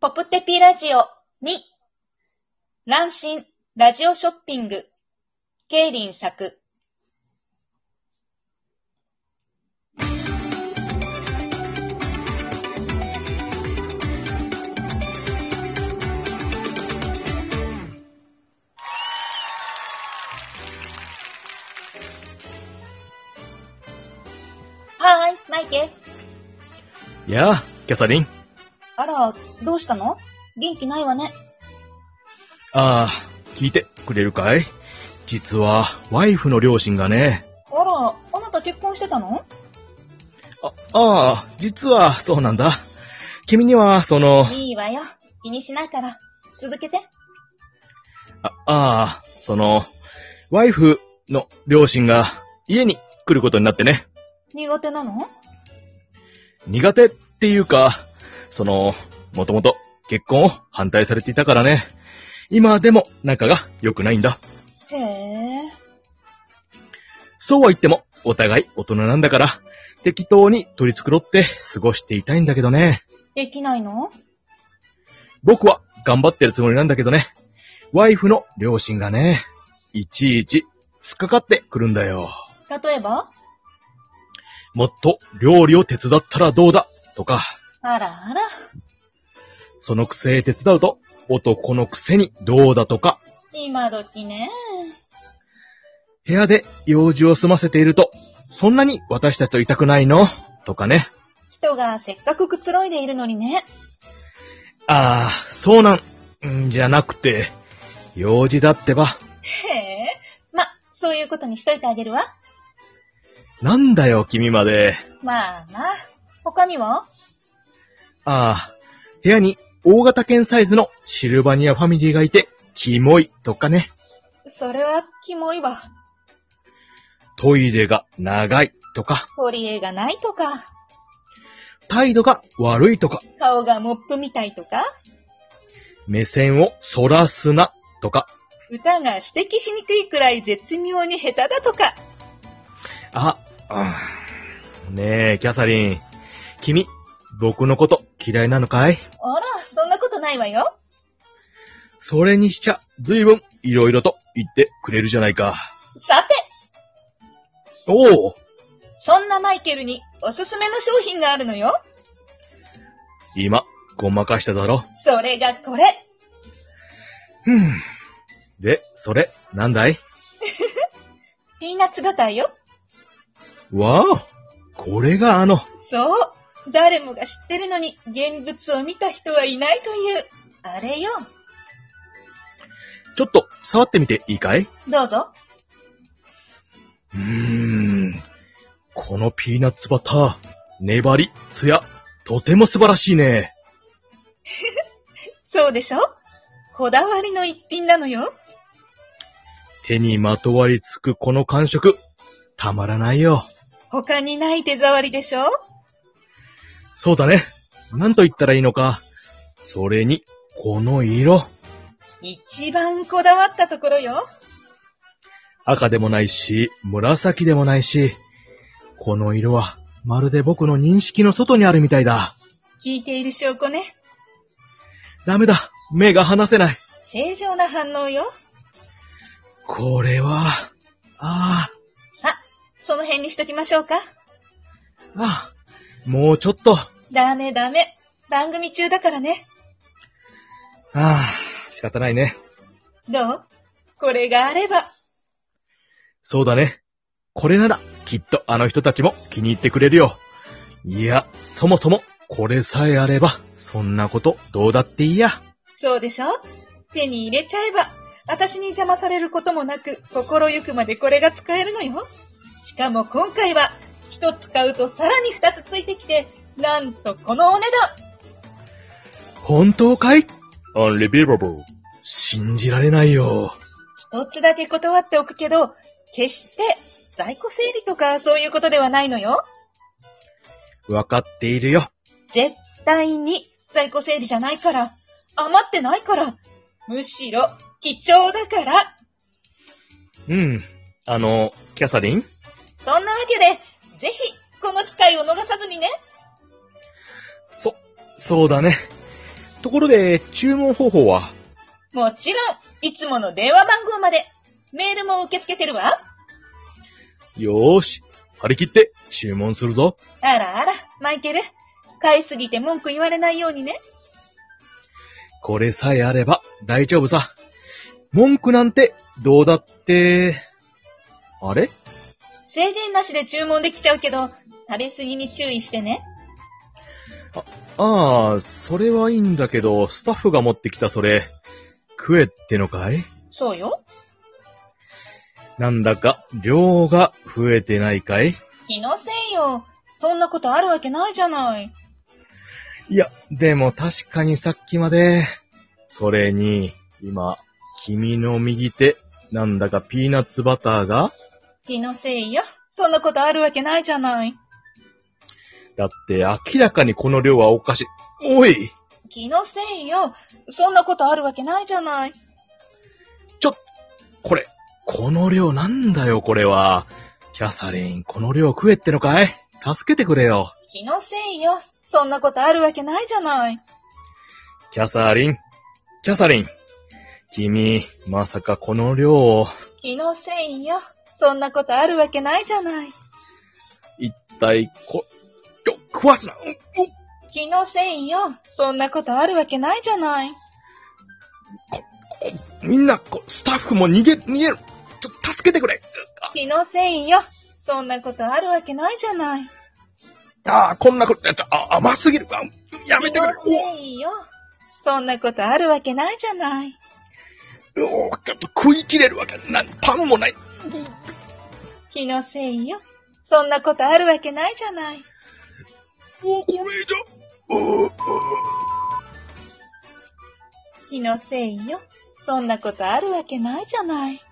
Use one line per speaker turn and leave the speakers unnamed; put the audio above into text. ポプテピラジオ2、乱心ラジオショッピング、ケイリン作。はーい、マイケ。
やあ、キャサリン。
あら、どうしたの元気ないわね。
ああ、聞いてくれるかい実は、ワイフの両親がね。
あら、あなた結婚してたの
あ、ああ、実はそうなんだ。君には、その、
いいわよ。気にしないから。続けて。
あ、ああ、その、ワイフの両親が家に来ることになってね。
苦手なの
苦手っていうか、その、もともと結婚を反対されていたからね。今でも仲が良くないんだ。
へえ。
そうは言っても、お互い大人なんだから、適当に取り繕って過ごしていたいんだけどね。
できないの
僕は頑張ってるつもりなんだけどね。ワイフの両親がね、いちいち突っかかってくるんだよ。
例えば
もっと料理を手伝ったらどうだとか、
あらあら。
そのくせ手伝うと男のくせにどうだとか、
今時ね。
部屋で用事を済ませていると、そんなに私たちといたくないのとかね。
人がせっかくくつろいでいるのにね。
ああ、そうなん、んじゃなくて、用事だってば。
へえ。ま、そういうことにしといてあげるわ。
なんだよ、君まで。
まあまあ。他には
ああ、部屋に大型犬サイズのシルバニアファミリーがいて、キモいとかね。
それは、キモいわ。
トイレが長いとか、
取り柄がないとか、
態度が悪いとか、
顔がモップみたいとか、
目線を反らすなとか、
歌が指摘しにくいくらい絶妙に下手だとか。
あ、うん。ねえ、キャサリン。君、僕のこと嫌いなのかい
あら、そんなことないわよ。
それにしちゃ、随分いろいろと言ってくれるじゃないか。
さて、
おお、
そんなマイケルにおすすめの商品があるのよ。
今、ごまかしただろ。
それがこれ。
うん。で、それ、なんだい
ピーナッツバターよ。
わおこれがあの、
そう。誰もが知ってるのに現物を見た人はいないという。あれよ。
ちょっと触ってみていいかいう
どうぞ。
ーん。このピーナッツバター、粘り、ツヤ、とても素晴らしいね。
そうでしょこだわりの一品なのよ。
手にまとわりつくこの感触、たまらないよ。
他にない手触りでしょ
そうだね。なんと言ったらいいのか。それに、この色。
一番こだわったところよ。
赤でもないし、紫でもないし。この色は、まるで僕の認識の外にあるみたいだ。
聞いている証拠ね。
ダメだ。目が離せない。
正常な反応よ。
これは、ああ、
さ、その辺にしときましょうか。
ああ、もうちょっと。
ダメダメ。番組中だからね。
ああ、仕方ないね。
どうこれがあれば、
そうだね。これなら、きっとあの人たちも気に入ってくれるよ。いや、そもそも、これさえあれば、そんなことどうだっていいや。
そうでしょ手に入れちゃえば、私に邪魔されることもなく、心ゆくまでこれが使えるのよ。しかも今回は、一つ買うとさらに二つついてきて、なんとこのお値段
本当かい ?unbelievable. 信じられないよ。
一つだけ断っておくけど、決して、在庫整理とかそういうことではないのよ。
わかっているよ。
絶対に在庫整理じゃないから、余ってないから、むしろ貴重だから、
うん。あの、キャサリン
そんなわけで、ぜひこの機会を逃さずにね。
そうだね。ところで、注文方法は
もちろん、いつもの電話番号まで。メールも受け付けてるわ。
よーし、張り切って注文するぞ。
あらあら、マイケル。買いすぎて文句言われないようにね。
これさえあれば大丈夫さ。文句なんてどうだって、あれ
制限なしで注文できちゃうけど、食べ過ぎに注意してね。
ああ、それはいいんだけど、スタッフが持ってきたそれ、食えってのかい
そうよ。
なんだか量が増えてないかい
気のせいよ。そんなことあるわけないじゃない。
いや、でも確かにさっきまで、それに、今、君の右手、なんだかピーナッツバターが、
気のせいよ。そんなことあるわけないじゃない。
だって明らかにこの量はおかしい。おい
気のせいよ。そんなことあるわけないじゃない。
これ、この量なんだよ、これは。キャサリン、この量食えってのかい助けてくれよ。
気のせいよ。そんなことあるわけないじゃない。
キャサリン、キャサリン。君、まさかこの量を、
気のせいよ。そんなことあるわけないじゃない。
一体、こ、よ、食わすな、うんうん
気のせいよ。そんなことあるわけないじゃない。
みんな、こスタッフも逃げ、逃げる。ちょ、助けてくれ。
気のせいよ。そんなことあるわけないじゃない。
ああ、こんなことやっちゃ、あ、甘すぎる。あやめ
気
てくれ
の。せいよ。そんなことあるわけないじゃない。
おおちょっと食い切れるわけない。パンもない。
気のせいよ。そんなことあるわけないじゃない。
おこれじゃ。うー
気のせいよ。そんなことあるわけないじゃない。